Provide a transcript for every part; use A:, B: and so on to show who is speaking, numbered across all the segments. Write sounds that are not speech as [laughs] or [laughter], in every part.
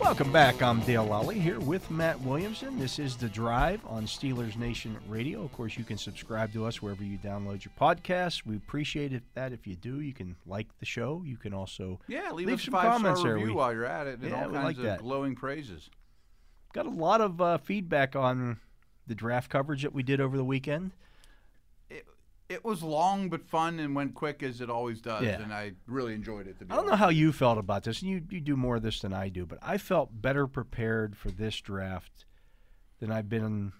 A: Welcome back. I'm Dale Lally here with Matt Williamson. This is The Drive on Steelers Nation Radio. Of course, you can subscribe to us wherever you download your podcasts. We appreciate it, that. If you do, you can like the show. You can also
B: Yeah, leave,
A: leave
B: us a
A: some
B: five
A: comments
B: star
A: there.
B: review
A: We
B: while you're at it, and
A: Yeah,
B: all
A: we
B: kinds
A: like
B: of
A: that.
B: glowing praises.
A: got a lot of uh, feedback on the draft coverage that we did over the weekend.
B: It was long but fun and went quick as it always does,
A: Yeah.
B: and I really enjoyed it. To be
A: I don't know
B: honest.
A: how you felt about this, and you, you do more of this than I do, but I felt better prepared for this draft than I've been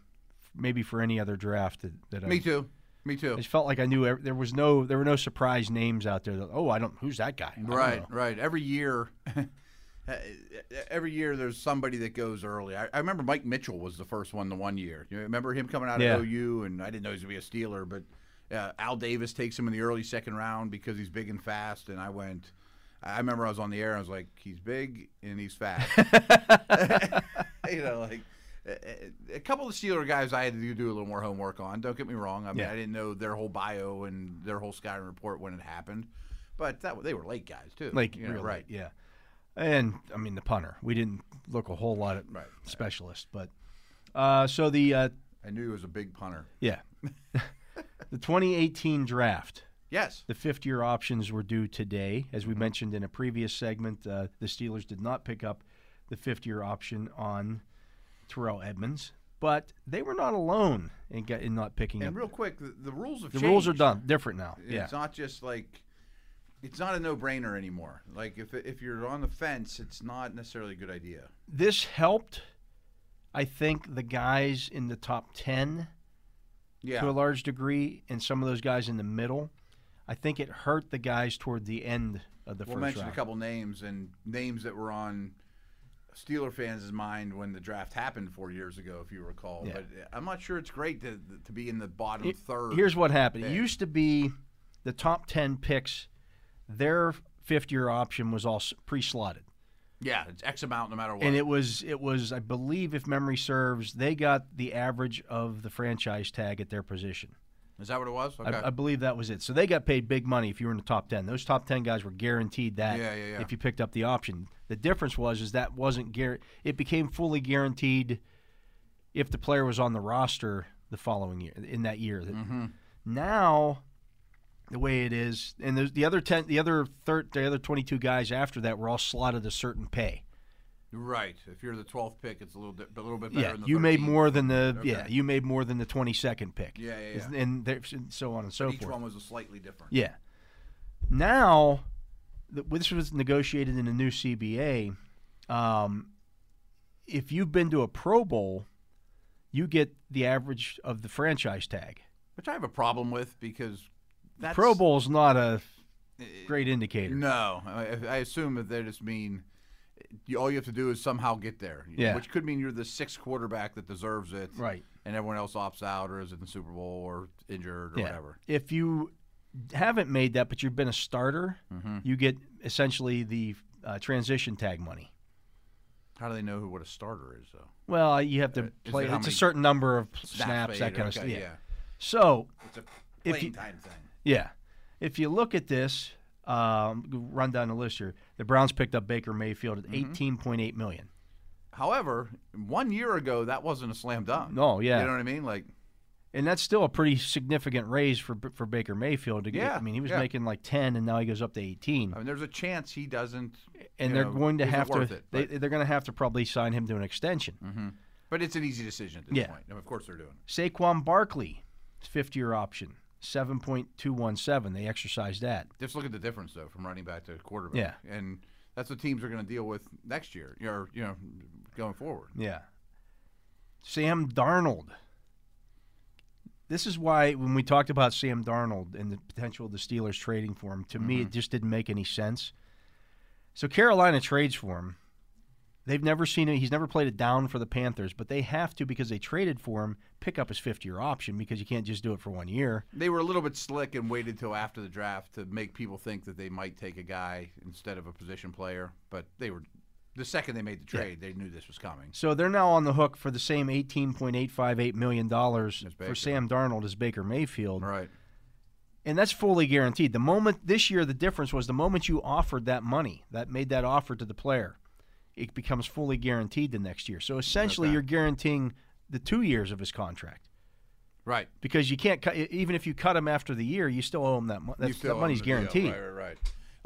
A: maybe for any other draft that, that
B: Me
A: I've
B: too. Me too.
A: It just felt like I knew ev- there was no there were no surprise names out there. That, oh, I don't who's that guy? I don't
B: Right,
A: know."
B: right. Every year, [laughs] every year there's somebody that goes early. I, I remember Mike Mitchell was the first one the one year. You remember him coming out
A: Yeah.
B: of OU, and I didn't know he was going to be a Steeler, but uh, Al Davis takes him in the early second round because he's big and fast. And I went, I remember I was on the air, and I was like, he's big and he's fast. [laughs] you know, like. a- A a couple of Steeler guys I had to do a little more homework on. Don't get me wrong. I mean,
A: Yeah.
B: I didn't know their whole bio and their whole Skyrim report when it happened, but that they were late guys too.
A: Like
B: You know,
A: really,
B: right.
A: yeah. And I mean the punter. We didn't look a whole lot at
B: Right, right.
A: specialists, but uh, so the uh,
B: I knew he was a big punter.
A: yeah [laughs] the 2018 draft.
B: Yes.
A: The fifth year options were due today. As
B: Mm-hmm.
A: we mentioned in a previous segment, uh, the Steelers did not pick up the fifth year option on Terrell Edmonds, but they were not alone in, get, in not picking
B: And
A: up.
B: real quick, the, the rules have
A: the
B: changed.
A: rules are done different now. yeah.
B: It's not just like it's not a no-brainer anymore. Like if if you're on the fence, it's not necessarily a good idea.
A: this helped, I think, the guys in the top 10
B: Yeah.
A: to a large degree and some of those guys in the middle. I think it hurt the guys toward the end of the
B: we'll
A: first
B: mention
A: round.
B: a couple names and names that were on Steeler fans' mind when the draft happened four years ago, if you recall.
A: Yeah.
B: But uh, I'm not sure it's great to to be in the bottom
A: He-
B: third.
A: Here's what happened. It
B: pick.
A: used to be the top 10 picks, their fifth year option was all pre slotted.
B: yeah, it's X amount no matter what.
A: And it was, it was, I believe, if memory serves, they got the average of the franchise tag at their position.
B: Is that what it was? Okay.
A: I, I believe that was it. So they got paid big money if you were in the top ten. Those top ten guys were guaranteed that
B: Yeah, yeah, yeah.
A: if you picked up the option. The difference was is that wasn't guar- It became fully guaranteed if the player was on the roster the following year in that year.
B: Mm-hmm.
A: Now, the way it is, and there's the other ten, the other thir- the other twenty two guys after that were all slotted a certain pay.
B: Right. If you're the 12th pick, it's a little di- a little bit better.
A: yeah,
B: than the
A: you made
B: 13th.
A: more than the yeah,
B: Okay.
A: you made more than the twenty second pick.
B: Yeah, yeah, yeah.
A: and there, so on and so
B: Each
A: forth.
B: one was a slightly different.
A: Yeah. Now, th- this was negotiated in the new CBA. Um, if you've been to a Pro Bowl, you get the average of the franchise tag.
B: Which I have a problem with because that's
A: Pro Bowl's not a
B: Uh,
A: great indicator.
B: No, I, I assume that they just mean you, all you have to do is somehow get there.
A: Yeah.
B: Which could mean you're the sixth quarterback that deserves it.
A: Right.
B: And everyone else opts out or is in the Super Bowl or injured or
A: Yeah.
B: whatever.
A: If you haven't made that, but you've been a starter,
B: Mm-hmm.
A: you get essentially the uh, transition tag money.
B: How do they know who what a starter is though?
A: Well, you have to
B: Uh, it
A: play.
B: how
A: It's a
B: many
A: certain number of snaps, that
B: played,
A: kind of stuff.
B: okay,
A: Yeah.
B: yeah.
A: So
B: It's a
A: If
B: playing
A: you-
B: time thing.
A: Yeah. If you look at this, um, run down the list here. The Browns picked up Baker Mayfield at
B: Mm-hmm.
A: eighteen point eight million.
B: However, one year ago that wasn't a slam dunk.
A: No, Oh, yeah,
B: You know what I mean? Like
A: and that's still a pretty significant raise for for Baker Mayfield. To get,
B: Yeah,
A: I mean, he was
B: yeah.
A: making like ten, and now he goes up to eighteen.
B: I mean there's a chance he doesn't
A: and
B: you
A: they're
B: know,
A: going to
B: is it
A: have to.
B: worth it?
A: they,
B: But- Mm.
A: they're going to have to probably sign him to an extension.
B: But it's an easy decision at this
A: Yeah.
B: point. I mean, of course they're doing it.
A: Saquon Barkley, fifth year option, seven point two one seven. They exercised that.
B: Just look at the difference though from running back to quarterback.
A: Yeah.
B: And that's what teams are going to deal with next year, or you know, going forward.
A: Yeah. Sam Darnold. This is why when we talked about Sam Darnold and the potential of the Steelers trading for him, to me it just didn't make any sense. So Carolina trades for him. They've never seen it. He's never played it down for the Panthers, but they have to because they traded for him. Pick up his fifth-year option because you can't just do it for one year.
B: They were a little bit slick and waited till after the draft to make people think that they might take a guy instead of a position player. But they were the second they made the trade, they knew this was coming.
A: So they're now on the hook for the same eighteen point eight five eight million dollars for
B: Baker.
A: Sam Darnold as Baker Mayfield,
B: Right.
A: and that's fully guaranteed. The moment this year, the difference was the moment you offered that money, that made that offer to the player, it becomes fully guaranteed the next year. So essentially,
B: Okay.
A: you're guaranteeing the two years of his contract.
B: Right.
A: because you can't cut e, even if you cut him after the year, you still owe him that money.
B: You
A: That,
B: still
A: that money's
B: own the deal.
A: guaranteed.
B: Right, right, right.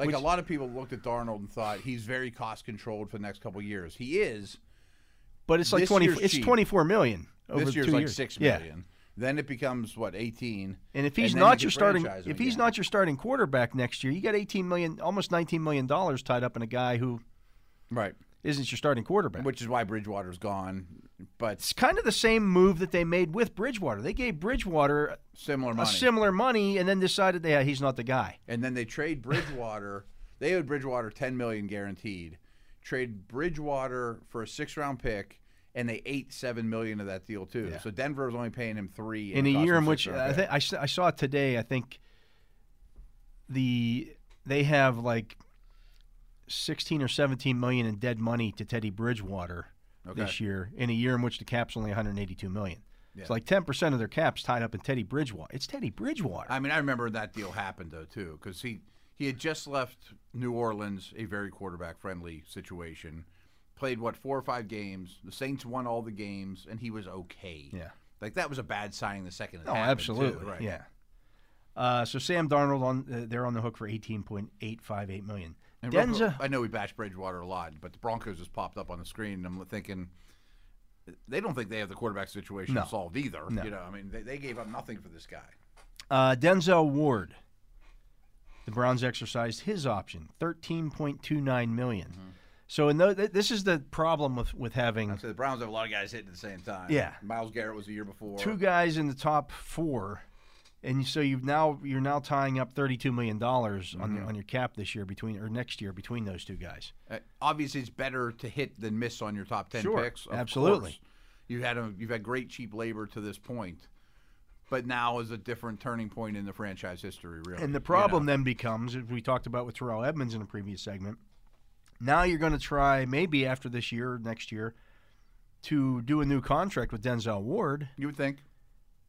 B: Like a lot of people looked at Darnold and thought he's very cost controlled for the next couple years. He is.
A: But it's like
B: This
A: twenty.
B: year's
A: It's
B: cheap.
A: twenty four million over
B: this year's
A: two
B: like
A: years.
B: six
A: Yeah.
B: million. Then it becomes what eighteen.
A: And if he's
B: then you
A: not
B: can
A: your starting,
B: franchise him
A: if he's
B: again.
A: not your starting quarterback next year, you got eighteen million, almost nineteen million dollars tied up in a guy who
B: right,
A: isn't your starting quarterback.
B: which is why Bridgewater's gone. But
A: it's kind of the same move that they made with Bridgewater. They gave Bridgewater
B: similar money.
A: a similar money and then decided, yeah, he's not the guy.
B: and then they trade Bridgewater. [laughs] they owed Bridgewater ten million guaranteed. Trade Bridgewater for a six round pick, and they ate seven million of that deal too. So Denver was only paying him three
A: in
B: and it
A: a
B: cost
A: year
B: them
A: in which
B: six-round
A: I,
B: pick.
A: think I, s- I saw it today. I think the they have like sixteen or seventeen million in dead money to Teddy Bridgewater this
B: Okay.
A: year. In a year in which the cap's only one hundred eighty-two million,
B: Yeah.
A: it's like ten percent of their caps tied up in Teddy Bridgewater. It's Teddy Bridgewater.
B: I mean, I remember that deal happened though too, because he he had just left New Orleans, a very quarterback friendly situation. Played what four or five games. The Saints won all the games, and he was okay.
A: Yeah.
B: like that was a bad sign. The second. It
A: oh,
B: happened, too,
A: absolutely.
B: right.
A: Yeah. Uh, so Sam Darnold on uh, they're on the hook for eighteen point eight five eight million.
B: And real quick,
A: Denza,
B: I know we bash Bridgewater a lot, but the Broncos just popped up on the screen, and I'm thinking they don't think they have the quarterback situation
A: No.
B: solved either. You know, I mean, they, they gave up nothing for this guy.
A: Uh, Denzel Ward. The Browns exercised his option, thirteen point two nine million.
B: Mm-hmm.
A: So in tho- th- this is the problem with with having
B: So the Browns have a lot of guys hitting at the same time.
A: Yeah.
B: Miles Garrett was the year before.
A: two guys in the top four, and so you've now you're now tying up thirty two million dollars on
B: Mm-hmm.
A: your on your cap this year between or next year between those two guys.
B: Uh, obviously, it's better to hit than miss on your top ten
A: Sure,
B: picks. of
A: absolutely.
B: course. you've had a, you've had great cheap labor to this point, but now is a different turning point in the franchise history. Really,
A: And the
B: you
A: problem
B: know?
A: then becomes, as we talked about with Terrell Edmonds in a previous segment, now you're going to try maybe after this year, or next year, to do a new contract with Denzel Ward.
B: you would think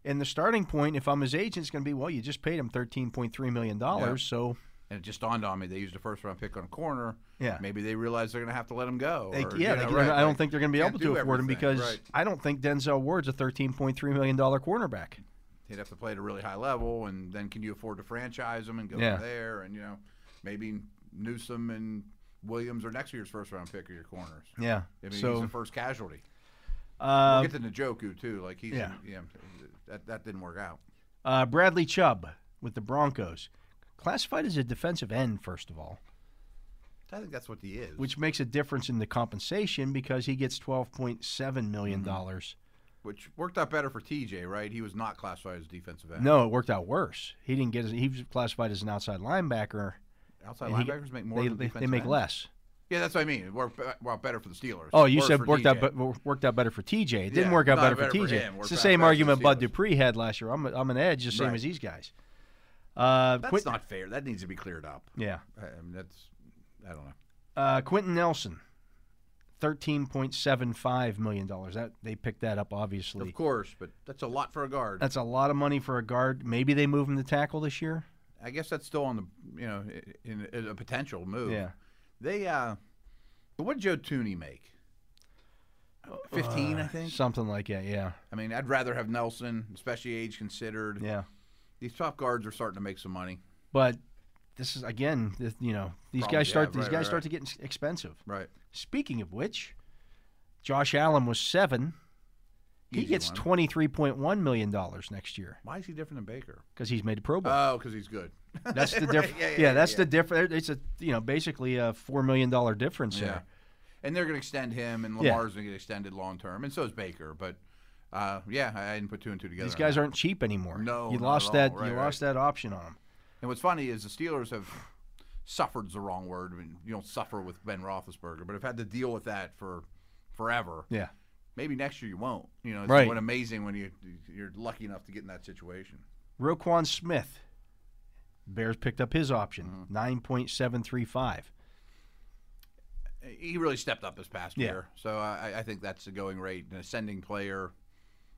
A: And the starting point, if I'm his agent, is going to be, well, you just paid him thirteen point three million dollars, so
B: and it just dawned on me they used a first round pick on a corner.
A: Yeah.
B: Maybe they realize they're going to have to let him go.
A: they,
B: or,
A: yeah,
B: you
A: they-
B: know, right,
A: I don't
B: like,
A: think they're going to be
B: can't
A: able
B: do
A: to afford him
B: everything,
A: because
B: right.
A: I don't think Denzel Ward's a thirteen point three million dollar cornerback.
B: he'd have to play at a really high level, and then can you afford to franchise him and go
A: Yeah.
B: from there? And you know, maybe Newsom and Williams are next year's first round pick of your corners.
A: Yeah,
B: I mean, he's
A: so
B: the first casualty.
A: uh,
B: We'll get to Njoku too. Like he's yeah,
A: yeah.
B: that, that didn't work out.
A: uh, Bradley Chubb with the Broncos, classified as a defensive end, first of all,
B: I think that's what he is. Which
A: which makes a difference in the compensation because he gets twelve point seven million
B: Mm-hmm.
A: dollars.
B: which worked out better for TJ, right? He was not classified as defensive end.
A: No, it worked out worse. He didn't get. His, he was classified as an outside linebacker.
B: outside
A: and he-
B: linebackers make more.
A: they,
B: than
A: they,
B: defensive
A: they make
B: ends.
A: less.
B: Yeah, that's what I mean. It worked be- well, better for the Steelers.
A: Oh, you
B: Worse
A: said
B: for
A: worked out,
B: TJ.
A: but worked out better for TJ. It didn't
B: Yeah,
A: work out
B: not
A: better, for
B: better for
A: TJ.
B: him,
A: it's
B: worked
A: the
B: out
A: same
B: better for
A: argument
B: the
A: Bud
B: Steelers.
A: Dupree had last year. I'm, a, I'm an edge, the same
B: Right.
A: as these guys. Uh,
B: That's
A: Quint-
B: not fair. That needs to be cleared up.
A: yeah.
B: I I mean, that's I don't know.
A: Uh, Quentin Nelson, thirteen point seven five million dollars. That they picked that up, obviously.
B: Of course, but that's a lot for a guard.
A: That's a lot of money for a guard. Maybe they move him to tackle this year.
B: I guess that's still on the you know i- in, in a potential move.
A: Yeah.
B: They uh, but what did Joe Tooney make? Fifteen, I think.
A: Uh, Something like that. Yeah.
B: I mean, I'd rather have Nelson, especially age considered.
A: Yeah.
B: These top guards are starting to make some money.
A: But this is again, this, you know, these
B: Problem
A: guys
B: you
A: start
B: have,
A: these
B: right,
A: guys
B: right,
A: start
B: right.
A: to get ex- expensive.
B: Right.
A: Speaking of which, Josh Allen was seven. He
B: Easy
A: gets
B: one.
A: twenty three point one million dollars next year
B: Why is he different than Baker?
A: because he's made a Pro Bowl.
B: Oh, because he's [laughs] good.
A: [laughs] that's the difference.
B: yeah,
A: yeah,
B: yeah, yeah,
A: that's
B: yeah.
A: the difference. It's a you know basically a four million dollar difference
B: [laughs] Yeah.
A: there.
B: And they're going to extend him, and
A: Yeah.
B: Lamar's going to get extended long term, and so is Baker. But uh, yeah, I I didn't put two and two together.
A: These
B: on
A: guys
B: that.
A: aren't cheap anymore.
B: No,
A: you
B: not
A: lost
B: at all.
A: that.
B: Right,
A: you
B: right.
A: lost that option on them.
B: And what's funny is the Steelers have suffered's the wrong word. I mean, you don't suffer with Ben Roethlisberger, but I've had to deal with that for forever.
A: Yeah.
B: Maybe next year you won't. You know, it's
A: Right.
B: what amazing when you you're lucky enough to get in that situation.
A: Roquan Smith. Bears picked up his option,
B: Mm-hmm.
A: nine point seven three five.
B: He really stepped up this past
A: Yeah.
B: year, so I, I think that's the going rate. An ascending player,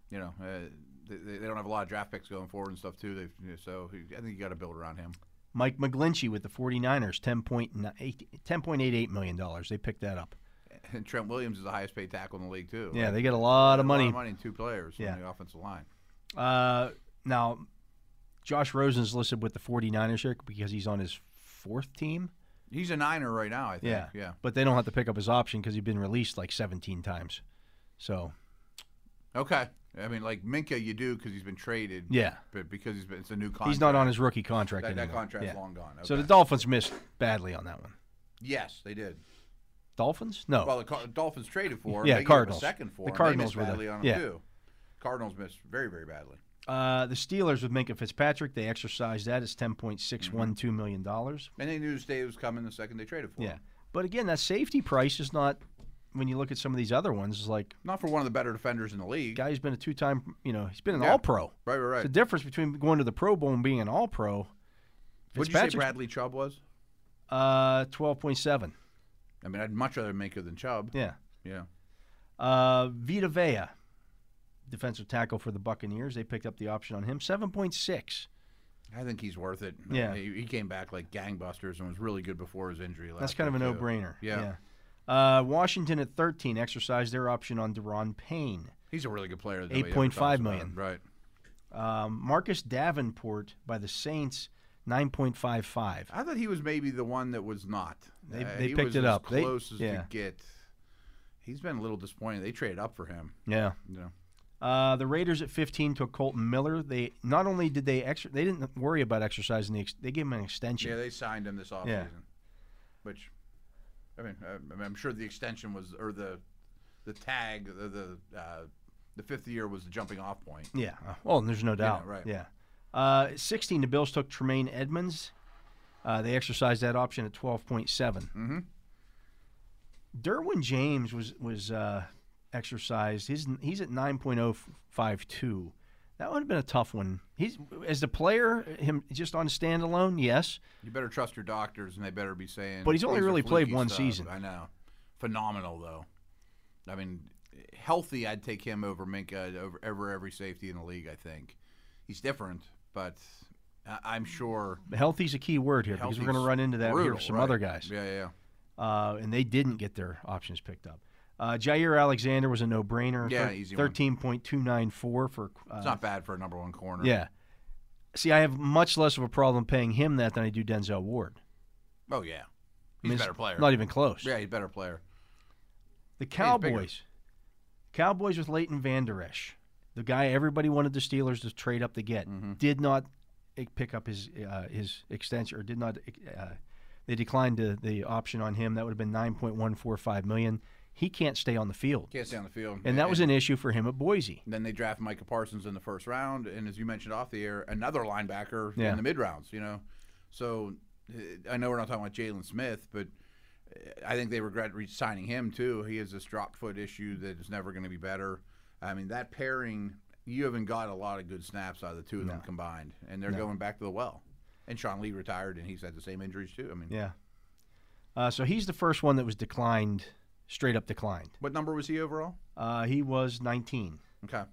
B: you know, uh, they, they they don't have a lot of draft picks going forward and stuff too. They've, you know, so I think you got to build around him.
A: Mike McGlinchey with the 49ers, $10.88 million. They picked that up.
B: And Trent Williams is the highest paid tackle in the league too.
A: Yeah, they get a lot of
B: A lot
A: money.
B: of money in two players
A: Yeah.
B: on the offensive line.
A: Uh, now, Josh Rosen's listed with the 49ers here because he's on his fourth team.
B: He's a Niner right now, I think.
A: Yeah.
B: yeah.
A: But they don't have to pick up his option because he's been released like 17 times. So,
B: Okay. I mean, like Minka, you do because he's been traded.
A: yeah.
B: But because he's been, it's a new contract.
A: He's not on his rookie contract
B: That, that
A: anymore.
B: contract's
A: Yeah.
B: long gone.
A: So the
B: Okay.
A: Dolphins missed badly on that one.
B: yes, they did.
A: Dolphins? No.
B: Well, the Car- Dolphins traded for. him.
A: Yeah,
B: they gave up
A: Cardinals.
B: A second for
A: The
B: him.
A: Cardinals
B: they missed
A: were the-
B: badly on him
A: yeah.
B: too. Cardinals missed very very badly.
A: Uh, the Steelers with Minka Fitzpatrick, they exercised that. It's $10.612 million. dollars.
B: And they knew this day was coming the second they traded for.
A: Yeah.
B: him.
A: But again, that safety price is not when you look at some of these other ones, it's like
B: Not for one of the better defenders in the league.
A: guy's been a two time you know, he's been an
B: Yeah.
A: all pro.
B: right, right,
A: The
B: right.
A: difference between going to the Pro Bowl and being an all pro
B: What did you say
A: Fitzpatrick-
B: Bradley Chubb was?
A: uh twelve point seven.
B: I mean, I'd much rather Minka than Chubb.
A: Yeah.
B: Yeah.
A: Uh Vita Vea, defensive tackle for the Buccaneers. They picked up the option on him. Seven point six.
B: I think he's worth it. I
A: Yeah.
B: mean, he, he came back like gangbusters and was really good before his injury. Last
A: That's kind of a
B: year,
A: no
B: too.
A: brainer.
B: Yeah.
A: Uh, Washington at 13 exercised their option on Deron Payne.
B: He's a really good player. though, yeah, we
A: 8.5
B: talked about
A: million.
B: him, Right.
A: Um, Marcus Davenport by the Saints, 9.55.
B: I thought he was maybe the one that was not.
A: They-
B: Uh,
A: they
B: he
A: picked
B: was
A: it
B: as
A: up. They-
B: Close as
A: yeah.
B: to get. He's been a little disappointing. They traded up for him.
A: Yeah.
B: You know.
A: Uh, the Raiders at 15 took Colton Miller. They not only did they exer- they didn't worry about exercising the ex- they gave him an extension.
B: Yeah, they signed him this offseason,
A: Yeah.
B: which, I mean, uh, I, I mean, I'm sure the extension was or the, the tag the the, uh, the fifth year was the jumping off point.
A: yeah. Uh, Well, there's no doubt.
B: right.
A: Yeah. Uh, at 16. The Bills took Tremaine Edmonds. Uh, they exercised that option at 12.7. Mm-hmm. Derwin James was was uh, exercised. His he's at 9.052. That would have been a tough one. He's as the player him just on standalone. Yes.
B: You better trust your doctors, and they better be saying.
A: But he's only
B: "These are
A: really played
B: fluky
A: one
B: stuff."
A: season.
B: I know, phenomenal though. I mean, healthy, I'd take him over Minka over ever every safety in the league. I think he's different, but I- I'm sure
A: Healthy's a key word here because we're going
B: healthy's
A: to run into that here
B: brutal,
A: with some
B: right?
A: other guys.
B: Yeah, yeah, yeah.
A: uh, and they didn't get their options picked up. Uh, Jair Alexander was a no-brainer.
B: Yeah, easy one.
A: Thirteen point two nine four for. Uh,
B: It's not bad for a number one corner.
A: yeah. See, I have much less of a problem paying him that than I do Denzel Ward.
B: Oh yeah,
A: I
B: he's
A: mean,
B: a
A: it's
B: better player.
A: Not even close.
B: yeah, he's a better player.
A: The
B: bigger.
A: Cowboys. Cowboys with Leighton Van Der Esch, the guy everybody wanted the Steelers to trade up to get,
B: Mm-hmm.
A: did not eh, pick up his uh, his extension or did not. Uh, they declined the, the option on him. That would have been nine point one four five million. He can't stay on the field.
B: Can't stay on the field.
A: And that was an issue for him at Boise.
B: Then they draft Micah Parsons in the first round, and as you mentioned off the air, another linebacker
A: Yeah.
B: in the mid rounds. You know, so uh, I know we're not talking about Jalen Smith, but uh, I think they regret re-signing him too. He has this drop foot issue that is never going to be better. I mean, that pairing, you haven't got a lot of good snaps out of the two of them combined, and they're going back to the well. And Sean Lee retired, and he's had the same injuries too. I mean,
A: Yeah. Uh, so he's the first one that was declined, straight up declined.
B: what number was he overall?
A: Uh, he was 19.
B: Okay,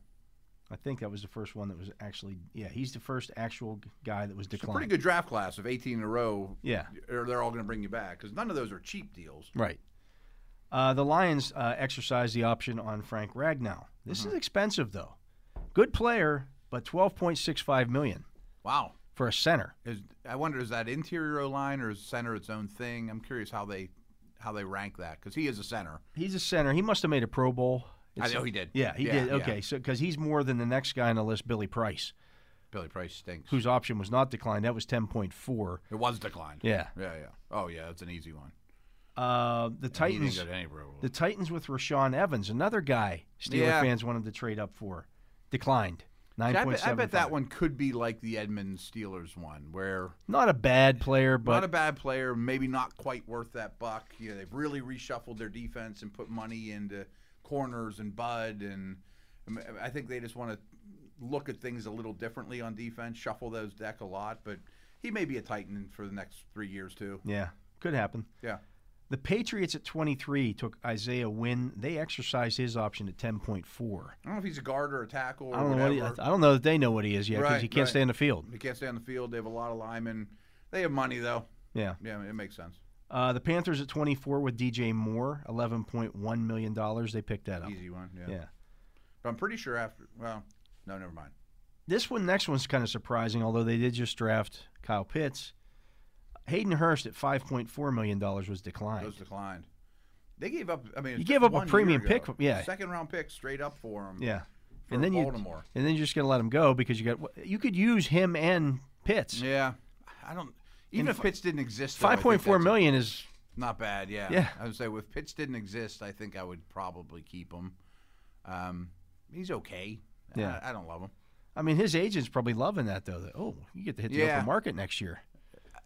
A: I think that was the first one that was actually, yeah, he's the first actual g- guy that was
B: it's a
A: declined.
B: pretty good draft class of 18 in a row.
A: Yeah.
B: or they're all going to bring you back because none of those are cheap deals.
A: Right. Uh, the Lions uh, exercised the option on Frank Ragnow. This
B: Mm-hmm.
A: is expensive, though. Good player, but 12.65 million
B: Wow.
A: for a center.
B: Is, I wonder is that interior O line or is center its own thing? I'm curious how they how they rank that because he is a center.
A: He's a center. He must have made a Pro Bowl.
B: I know he did.
A: Yeah, he did.
B: yeah.
A: Okay, so because he's more than the next guy on the list, Billy Price,
B: Billy Price stinks.
A: whose option was not declined. That was 10.4.
B: it was declined.
A: Yeah.
B: yeah, yeah. Oh yeah, it's an easy one.
A: Uh, the
B: He didn't
A: Titans,
B: go to any Pro Bowl.
A: the Titans with Rashawn Evans, another guy Steeler
B: Yeah.
A: fans wanted to trade up for, declined. Nine
B: See, I
A: point
B: bet, I
A: seven.
B: bet that one could be like the Edmund Steelers one, where
A: Not a bad player, but
B: not a bad player, maybe not quite worth that buck. You know, they've really reshuffled their defense and put money into corners and Bud, and I mean, I think they just want to look at things a little differently on defense, shuffle those deck a lot. But he may be a Titan for the next three years too.
A: yeah, could happen.
B: Yeah,
A: The Patriots at 23 took Isaiah Wynn. They exercised his option at 10.4.
B: I don't know if he's a guard or a tackle. Or
A: I don't know. What he,
B: whatever.
A: I don't know that they know what he is yet because
B: Right,
A: he can't
B: right.
A: stay in the field.
B: He can't stay on the field. They have a lot of linemen. They have money though.
A: Yeah.
B: Yeah, it makes sense.
A: Uh, the Panthers at 24 with DJ Moore, 11.1 million dollars. They picked that up.
B: Easy one. Yeah.
A: Yeah.
B: But I'm pretty sure after. Well, no, never mind.
A: This one, next one's kind of surprising, although they did just draft Kyle Pitts. Hayden Hurst at 5.4 million dollars was declined.
B: Those declined. They gave up. I mean, it's
A: You
B: just
A: gave up a
B: one year
A: premium
B: ago.
A: pick, yeah.
B: second round pick straight up for him.
A: yeah.
B: for
A: and then
B: Baltimore.
A: you and then you're just gonna let him go because you got you could use him and Pitts.
B: yeah. I don't.
A: And
B: Even if
A: fi-
B: Pitts didn't exist, though, I
A: Five
B: think
A: point four
B: that's
A: million is
B: Not bad. Yeah.
A: Yeah.
B: I would say if Pitts didn't exist, I think I would probably keep him. Um, he's okay.
A: Yeah.
B: I, I don't love him.
A: I mean his agent's probably loving that though. That, oh, you get to hit the
B: Yeah.
A: open market next year.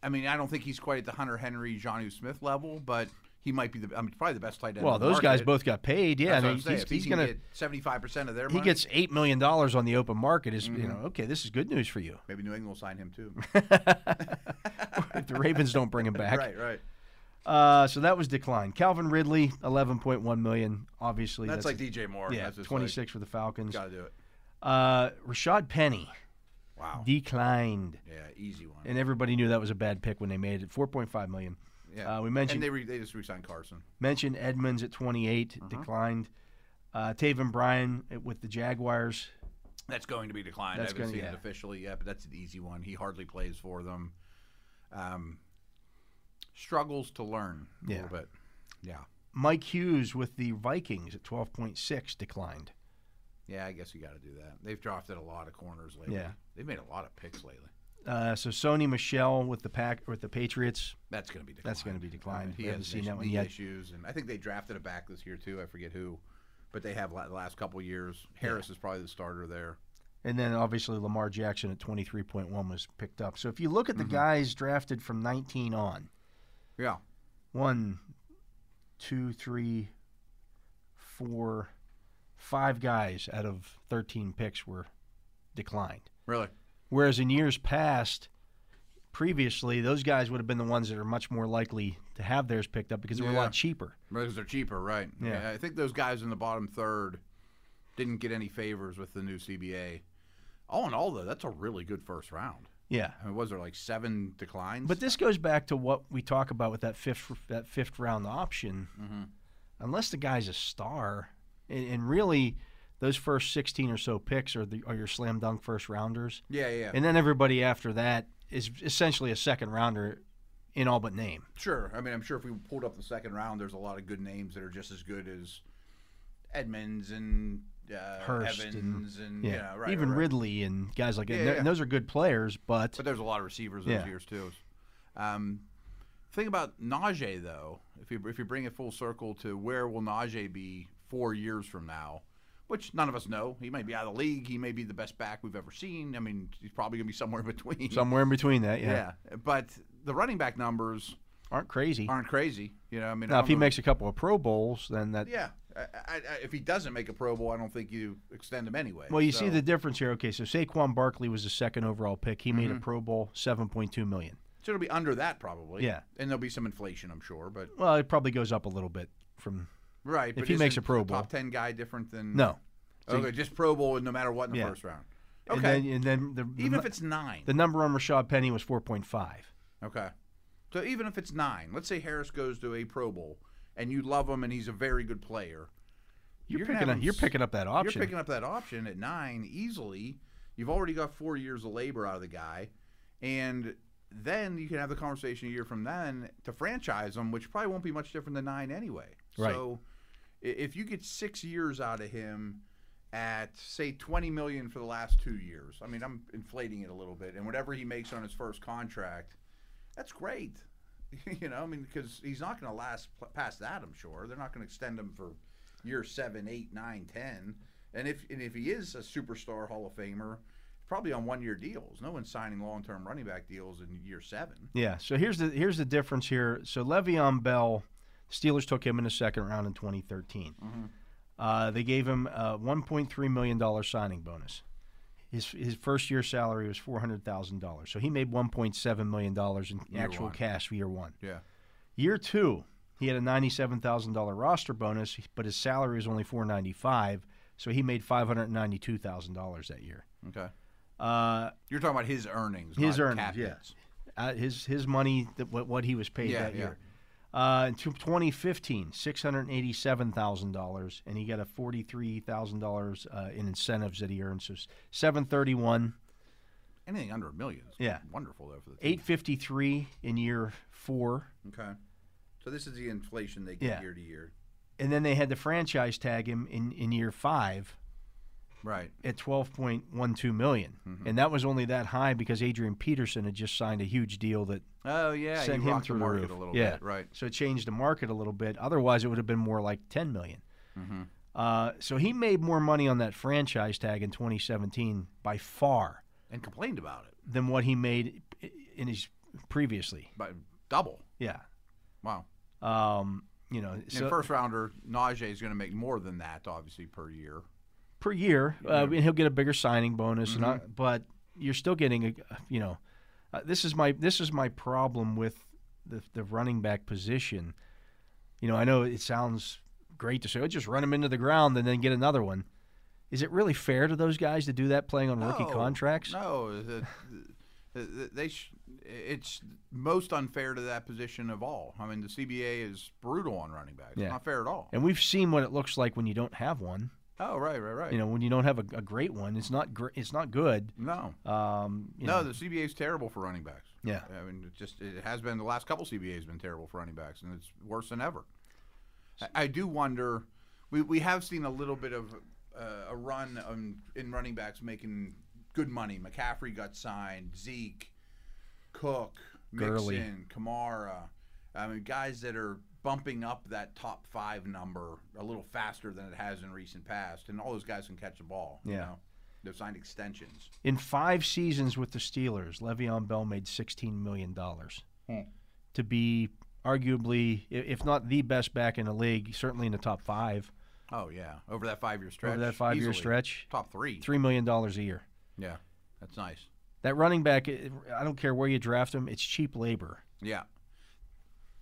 B: I mean, I don't think he's quite at the Hunter Henry, Johnu Smith level, but he might be the. I mean, probably the best tight end.
A: Well,
B: on the
A: those guys
B: market.
A: both got paid. Yeah,
B: That's
A: I
B: what
A: mean,
B: I'm saying.
A: he's,
B: If he
A: he's
B: can
A: gonna
B: get seventy-five percent of their
A: he
B: money. Mm-hmm.
A: gets eight million dollars on the open market. Is you know okay? This is good news for you.
B: Maybe New England will sign him
A: [laughs]
B: too.
A: if the Ravens don't bring him back,
B: [laughs] right, right.
A: uh, so that was declined. Calvin Ridley, eleven point one million. Obviously,
B: That's,
A: that's,
B: like DJ Moore.
A: yeah,
B: That's just
A: twenty six for the Falcons.
B: Like, gotta do it.
A: Uh, Rashad Penny
B: Wow.
A: declined,
B: Yeah, easy one.
A: and everybody knew that was a bad pick when they made it. Four point five million.
B: yeah.
A: uh, we mentioned-
B: And they, re- they Mm-hmm. just re-signed Carson.
A: Mentioned Edmonds at twenty declined. Uh, Taven Bryan with the Jaguars.
B: That's going to be declined.
A: That's
B: I haven't
A: gonna-
B: seen it
A: yeah.
B: officially yet, but that's an easy one. He hardly plays for them. Um, struggles to learn a
A: Yeah.
B: little bit. Yeah.
A: Mike Hughes with the Vikings at twelve point six declined.
B: Yeah, I guess you got to do that. They've drafted a lot of corners lately.
A: Yeah.
B: They've made a lot of picks lately.
A: Uh, so Sony Michelle with the pack with the Patriots.
B: That's going to be declined.
A: That's gonna be declined.
B: he
A: We haven't
B: has
A: seen
B: knee-
A: that one
B: knee
A: yet.
B: Issues, and I think they drafted a back this year too. I forget who, but they have la- the last couple years. Harris is probably the starter there.
A: And then obviously Lamar Jackson at 23.1 was picked up. So if you look at the guys drafted from 19 on,
B: Yeah.
A: one, two, three, four, five guys out of 13 picks were declined.
B: Really?
A: Whereas in years past, previously, those guys would have been the ones that are much more likely to have theirs picked up because they were a
B: Yeah.
A: lot cheaper.
B: Because they're cheaper, right?
A: Yeah.
B: I think those guys in the bottom third didn't get any favors with the new CBA. All in all, though, that's a really good first round.
A: Yeah.
B: I mean, was there like seven declines?
A: But this goes back to what we talk about with that fifth that fifth round option.
B: Mm-hmm.
A: Unless the guy's a star, and, and really, those first sixteen or so picks are the are your slam dunk first rounders,
B: yeah, yeah,
A: and then everybody after that is essentially a second rounder, in all but name.
B: sure. I mean, I'm sure if we pulled up the second round, there's a lot of good names that are just as good as Edmonds and uh,
A: Hurst and-
B: Evans and,
A: Yeah,
B: yeah, right,
A: even
B: right, right.
A: Ridley and guys like that.
B: Yeah,
A: and, they're-
B: yeah.
A: and those are good players, but
B: But there's a lot of receivers those
A: Yeah.
B: years too. Um, thing about Najee though, if you if you bring it full circle to where will Najee be four years from now, which none of us know. He may be out of the league. He may be the best back we've ever seen. I mean, he's probably gonna be somewhere in between.
A: somewhere in between that, yeah,
B: yeah. But the running back numbers
A: aren't crazy.
B: aren't crazy. You know, I mean, I
A: now, if
B: don't
A: he
B: know-
A: makes a couple of Pro Bowls, then that
B: yeah. I, I, I, if he doesn't make a Pro Bowl, I don't think you extend him anyway.
A: Well, you see
B: So-
A: the difference here. Okay, so Saquon Barkley was the second overall pick. He
B: Mm-hmm.
A: made a Pro Bowl, seven point two million.
B: so it'll be under that probably.
A: Yeah.
B: and there'll be some inflation, I'm sure. But
A: Well, it probably goes up a little bit from
B: right, but
A: he makes a
B: isn't
A: Pro
B: the
A: Bowl.
B: top ten guy different than
A: no. So
B: Okay, just Pro Bowl, no matter what in the
A: Yeah.
B: first round. Okay,
A: And then, and then the, the
B: even
A: nu-
B: if it's nine.
A: the number on Rashad Penny was four point five.
B: okay, so even if it's nine, let's say Harris goes to a Pro Bowl, and you love him, and he's a very good player.
A: You're,
B: You're gonna
A: picking
B: have
A: up.
B: him
A: You're
B: s-
A: picking up that option.
B: You're picking up that option at nine easily. You've already got four years of labor out of the guy, and then you can have the conversation a year from then to franchise him, which probably won't be much different than nine anyway.
A: Right.
B: So i- if you get six years out of him at say 20 million for the last two years i mean i'm inflating it a little bit and whatever he makes on his first contract that's great. [laughs] you know, I mean, because he's not going to last pl- past that. I'm sure they're not going to extend him for year seven, eight, nine, ten. And if and if he is a superstar Hall of Famer, probably on one year deals. No one's signing long term running back deals in year seven.
A: Yeah. So here's the here's the difference here. So Le'Veon Bell, Steelers took him in the second round in 2013.
B: Mm-hmm.
A: Uh, they gave him a 1.3 million dollar signing bonus. His his first year salary was 400 thousand dollars. So he made 1.7 million dollars in
B: Year
A: actual
B: one.
A: cash for year one.
B: Yeah.
A: Year two, he had a ninety-seven thousand dollar roster bonus, but his salary was only four ninety-five, so he made five hundred ninety-two thousand dollars that year.
B: Okay.
A: Uh,
B: You're talking about his earnings.
A: His
B: not
A: earnings,
B: cap
A: yeah.
B: hits.
A: uh, his his money, that what what he was paid
B: Yeah,
A: that
B: yeah.
A: year. Uh, in tw- 2015, six hundred eighty-seven thousand dollars, and he got a forty-three thousand uh, dollars in incentives that he earned. So seven thirty-one,
B: Anything under a million. is
A: Yeah.
B: Wonderful though for the team.
A: eight fifty-three in year four,
B: Okay. So this is the inflation they get
A: Yeah.
B: year to year.
A: and then they had the franchise tag him in in year five.
B: Right.
A: at 12.12 million.
B: Mm-hmm.
A: and that was only that high because Adrian Peterson had just signed a huge deal that
B: Oh yeah.
A: sent
B: you
A: him
B: rocked
A: through
B: the
A: the
B: market
A: roof.
B: a little
A: yeah,
B: bit. Right.
A: So it changed the market a little bit. Otherwise, it would have been more like 10 million. Uh, so he made more money on that franchise tag in 2017 by far
B: And complained about it.
A: than what he made i- in his previously.
B: By double.
A: Yeah.
B: Wow.
A: Um, you know,
B: and
A: so
B: first rounder, Najee is going to make more than that, obviously, per year.
A: per year, uh, and he'll get a bigger signing bonus. And
B: Mm-hmm.
A: I, but you're still getting a, you know, uh, this is my this is my problem with the the running back position. You know, I know it sounds great to say, oh, just run him into the ground and then get another one. Is it really fair to those guys to do that playing on rookie
B: No,
A: contracts?
B: No, the, the, the- they sh- it's most unfair to that position of all. I mean, the CBA is brutal on running backs.
A: Yeah.
B: It's not fair at all.
A: And we've seen what it looks like when you don't have one.
B: Oh, right, right, right.
A: You know, when you don't have a, a great one, it's not gr- it's not good.
B: no,
A: Um, you
B: no,
A: know,
B: the CBA is terrible for running backs.
A: Yeah.
B: I mean, it just it has been the last couple CBA has been terrible for running backs, and it's worse than ever. I, I do wonder. We we have seen a little bit of uh, a run on, in running backs making good money. McCaffrey got signed. Zeke, Cook,
A: Gurley.
B: Mixon, Kamara. I mean, guys that are bumping up that top five number a little faster than it has in recent past, and all those guys can catch the ball. You
A: Yeah.
B: know? They've signed extensions.
A: In five seasons with the Steelers, Le'Veon Bell made sixteen million dollars
B: Hmm.
A: to be arguably, i- if not the best back in the league, certainly in the top five
B: Oh yeah, over that five year stretch.
A: over that five-year
B: easily.
A: stretch.
B: top three.
A: Three million dollars a year.
B: Yeah, that's nice.
A: That running back, i- I don't care where you draft him, it's cheap labor.
B: Yeah.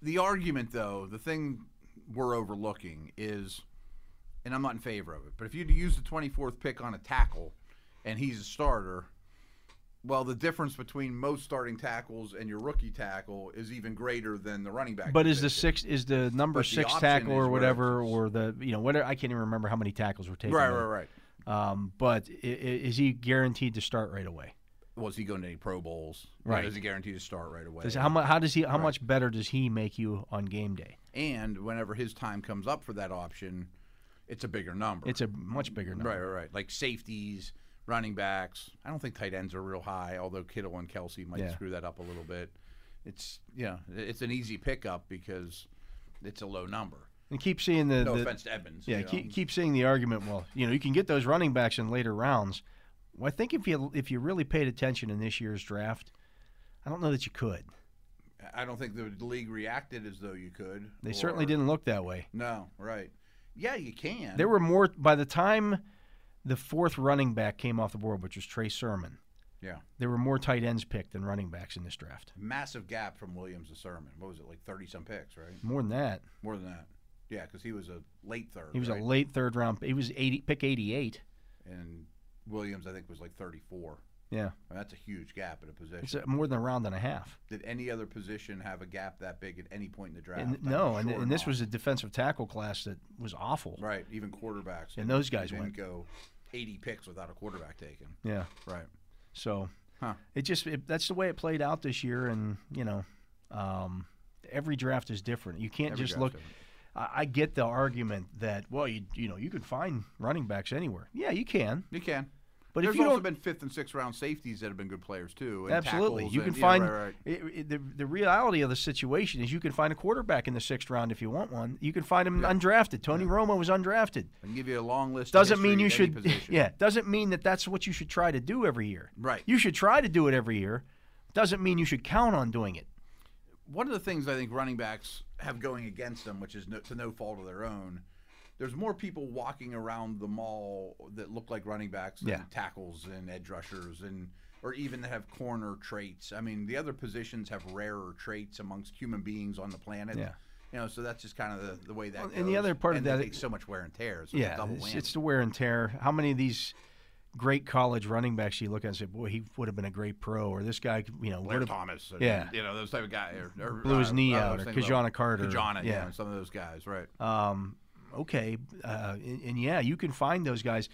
B: The argument, though, the thing we're overlooking is, and I'm not in favor of it, but if you'd use the 24th pick on a tackle, and he's a starter, well, the difference between most starting tackles and your rookie tackle is even greater than the running back.
A: But is the
B: position.
A: six is the number
B: But the
A: six
B: option
A: tackle
B: is
A: or
B: where
A: whatever,
B: it's-
A: or the you know whatever? I can't even remember how many tackles were taken.
B: right, right,
A: right.
B: right?
A: Um, but i- i- is he guaranteed to start right away?
B: Was he going to any Pro Bowls?
A: Right.
B: Is he guaranteed to start right away?
A: Does, how much? How does he? How much better does he make you on game day?
B: and whenever his time comes up for that option, it's a bigger number.
A: It's a much bigger number.
B: Right, right, right. Like safeties, running backs. I don't think tight ends are real high, although Kittle and Kelsey might
A: Yeah.
B: screw that up a little bit. It's yeah, it's an easy pickup because it's a low number.
A: And keep seeing the,
B: No
A: the-
B: offense to Evans.
A: yeah,
B: you know.
A: keep, keep seeing the argument. Well, you know, you can get those running backs in later rounds. Well, I think if you if you really paid attention in this year's draft, I don't know that you could.
B: I don't think the league reacted as though you could.
A: They certainly
B: or-
A: didn't look that way.
B: No, right. Yeah, you can.
A: There were more by the time the fourth running back came off the board, which was Trey Sermon.
B: yeah,
A: There were more tight ends picked than running backs in this draft.
B: massive gap from Williams to Sermon. What was it like thirty some picks, right?
A: More than that,
B: More than that. Yeah, because he was a late third.
A: he was
B: right?
A: a late third round. He was eighty pick eighty eight.
B: and Williams I think was like thirty four.
A: Yeah,
B: that's a huge gap at a position.
A: it's uh, more than a round and a half.
B: Did any other position have a gap that big at any point in the draft?
A: And,
B: I'm
A: no, and,
B: sure
A: and this
B: not.
A: was a defensive tackle class that was awful.
B: right. Even quarterbacks
A: And those guys
B: didn't
A: went.
B: go 80 picks without a quarterback taken.
A: Yeah.
B: Right.
A: So
B: Huh.
A: it just it, that's the way it played out this year, and you know, um, every draft is different. You can't
B: Every
A: just look.
B: draft's different.
A: I, I get the argument that well, you you know, you can find running backs anywhere. Yeah, you can,
B: You can.
A: but, But
B: There's
A: if you
B: also
A: don't,
B: been fifth and sixth round safeties that have been good players too. and
A: absolutely,
B: tackles
A: you can
B: and- yeah,
A: find
B: right, right.
A: It, it- the the reality of the situation is you can find a quarterback in the sixth round if you want one. You can find him undrafted. Tony Romo was undrafted.
B: I can give you a long list. of
A: Doesn't mean
B: history
A: you
B: at any
A: should. [laughs]
B: position.
A: Yeah, doesn't mean that that's what you should try to do every year.
B: Right.
A: You should try to do it every year. Doesn't mean you should count on doing it.
B: one of the things I think running backs have going against them, which is no, to no fault of their own, there's more people walking around the mall that look like running backs than
A: Yeah.
B: tackles and edge rushers and or even that have corner traits. I mean, the other positions have rarer traits amongst human beings on the planet.
A: Yeah.
B: You know, so that's just kind of the, the way that
A: Well,
B: goes.
A: and the other part of
B: And they
A: that-
B: take so much wear and tear. So
A: Yeah,
B: double
A: it's,
B: whammy.
A: it's the wear and tear. How many of these great college running backs you look at and say, "Boy, he would have been a great pro," or this guy, you know,
B: Blair
A: would have.
B: Thomas, and,
A: yeah.
B: you know those type of guys. Or, or,
A: Blew his
B: uh,
A: knee
B: I
A: out,
B: was
A: or
B: thinking about
A: Kajana Carter,
B: Kajana, yeah,
A: yeah.
B: and some of those guys, right?
A: Um, okay, uh, and, and yeah, you can find those guys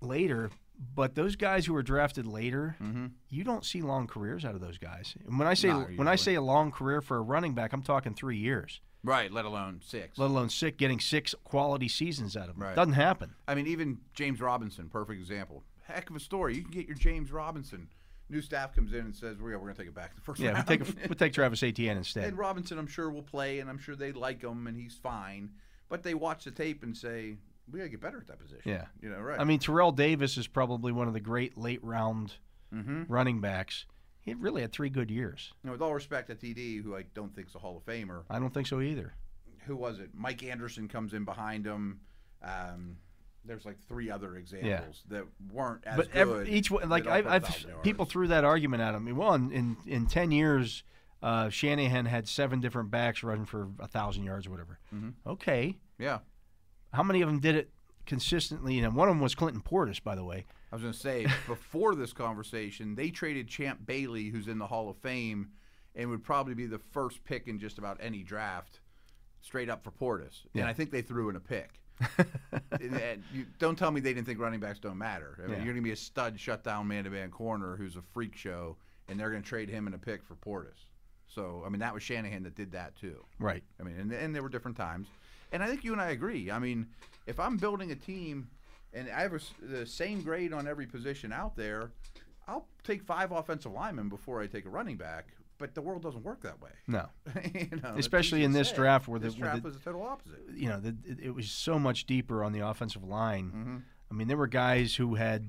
A: later. But those guys who were drafted later, you don't see long careers out of those guys. And when I say
B: Mm-hmm. Not
A: when I
B: usually.
A: say a long career for a running back, I'm talking three years,
B: right, let alone six.
A: let alone six, getting six quality seasons out of them.
B: Right.
A: Doesn't happen.
B: I mean, even James Robinson, perfect example. Heck of a story. You can get your James Robinson. New staff comes in and says, "We're, we're going to take it back the first
A: Yeah, we
B: round."
A: take
B: [laughs]
A: a, [laughs] we take Travis Etienne instead.
B: and Robinson, I'm sure will play, and I'm sure they like him, and he's fine. But they watch the tape and say, "We got to get better at that position."
A: Yeah.
B: you know, right?
A: I mean, Terrell Davis is probably one of the great late round
B: Mhm.
A: running backs. He really had three good years.
B: Now, with all respect to TD, who I don't think is a Hall of Famer,
A: I don't think so either.
B: who was it? Mike Anderson comes in behind him. Um, there's like three other examples that weren't as
A: but
B: good.
A: every, each one, like
B: that all
A: I've,
B: put
A: I've
B: 1,000 yards.
A: people threw that argument at him. Well, in in, in ten years, uh, Shanahan had seven different backs running for a thousand yards or whatever.
B: Mm-hmm.
A: Okay,
B: yeah.
A: how many of them did it consistently? And one of them was Clinton Portis, by the way.
B: I was going to say before this conversation, they traded Champ Bailey, who's in the Hall of Fame, and would probably be the first pick in just about any draft, straight up for Portis. And I think they threw in a pick. and, and you, don't tell me they didn't think running backs don't matter. I mean,
A: Yeah.
B: You're going to be a stud shutdown man-to-man corner who's a freak show, and they're going to trade him in a pick for Portis. So I mean, that was Shanahan that did that too.
A: Right.
B: I mean, and, and there were different times. And I think you and I agree. I mean, if I'm building a team and I have a s the same grade on every position out there, I'll take five offensive linemen before I take a running back. But the world doesn't work that way. [laughs]
A: No,
B: you know, it's
A: Especially
B: easy
A: in
B: to
A: this
B: say.
A: draft where the-
B: this
A: where
B: draft
A: the-
B: was the total opposite.
A: you know, the, it, it was so much deeper on the offensive line.
B: Mm-hmm.
A: I mean, there were guys who had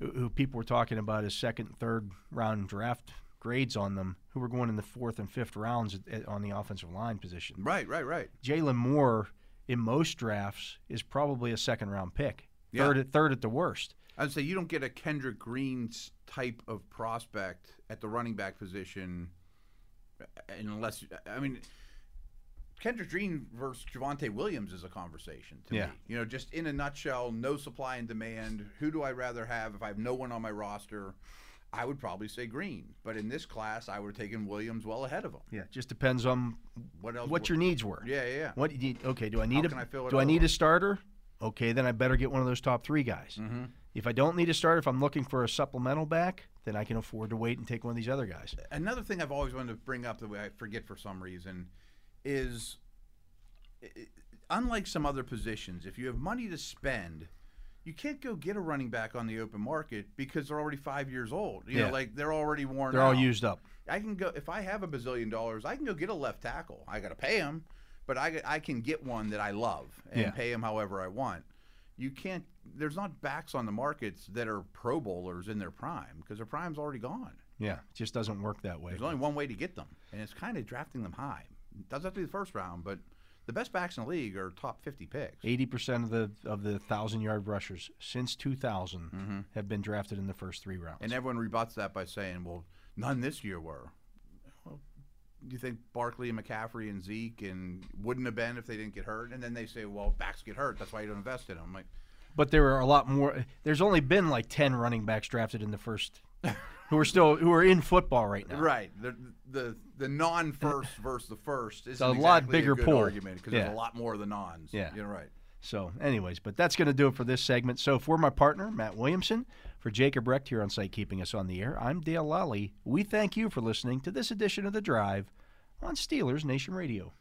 A: who- who people were talking about as second, third round draft grades on them, who were going in the fourth and fifth rounds at, at, on the offensive line position.
B: Right, right, right.
A: Jalen Moore in most drafts is probably a second round pick.
B: Yeah.
A: Third at third at the worst.
B: I'd say you don't get a Kendrick Green's type of prospect at the running back position uh, unless I mean Kendrick Green versus Javante Williams is a conversation to
A: Yeah.
B: me. You know, just in a nutshell, no supply and demand. Who do I rather have if I have no one on my roster? I would probably say Green, but in this class, I would have taken Williams well ahead of him.
A: Yeah, just depends on
B: What else?
A: what your needs were.
B: yeah, yeah, yeah.
A: What you need? Okay, do I need
B: can
A: a
B: I fill it
A: do I need a
B: otherwise?
A: starter? Okay, then I better get one of those top three guys.
B: Mm-hmm.
A: If I don't need a starter, if I'm looking for a supplemental back, then I can afford to wait and take one of these other guys.
B: another thing I've always wanted to bring up that I forget for some reason is i- i- unlike some other positions, if you have money to spend, you can't go get a running back on the open market because they're already five years old. You
A: Yeah.
B: know, like they're already worn
A: They're
B: out.
A: all used up.
B: I can go if I have a bazillion dollars, I can go get a left tackle. I got to pay him, but I I can get one that I love and
A: Yeah.
B: pay him however I want. You can't. There's not backs on the markets that are Pro Bowlers in their prime because their prime's already gone.
A: Yeah, it just doesn't work that way.
B: There's only one way to get them, and it's kind of drafting them high. Doesn't have to be the first round, but the best backs in the league are top 50 picks.
A: Eighty percent of the of the thousand yard rushers since 2000 have been drafted in the first three rounds.
B: And everyone rebuts that by saying, well, none this year were. Well, do you think Barkley and McCaffrey and Zeke and wouldn't have been if they didn't get hurt? And then they say, well, backs get hurt. That's why you don't invest in them. I'm like,
A: But there are a lot more. There's only been like ten running backs drafted in the first, who are still who are in football right now.
B: right. The, the, the non first versus the first is
A: a
B: a
A: lot
B: exactly
A: bigger
B: a good
A: pool.
B: argument because
A: Yeah.
B: there's a lot more of the nons.
A: Yeah.
B: You're right.
A: So, anyways, but that's going to do it for this segment. So, for my partner Matt Williamson, for Jacob Recht here on site keeping us on the air, I'm Dale Lally. We thank you for listening to this edition of the Drive on Steelers Nation Radio.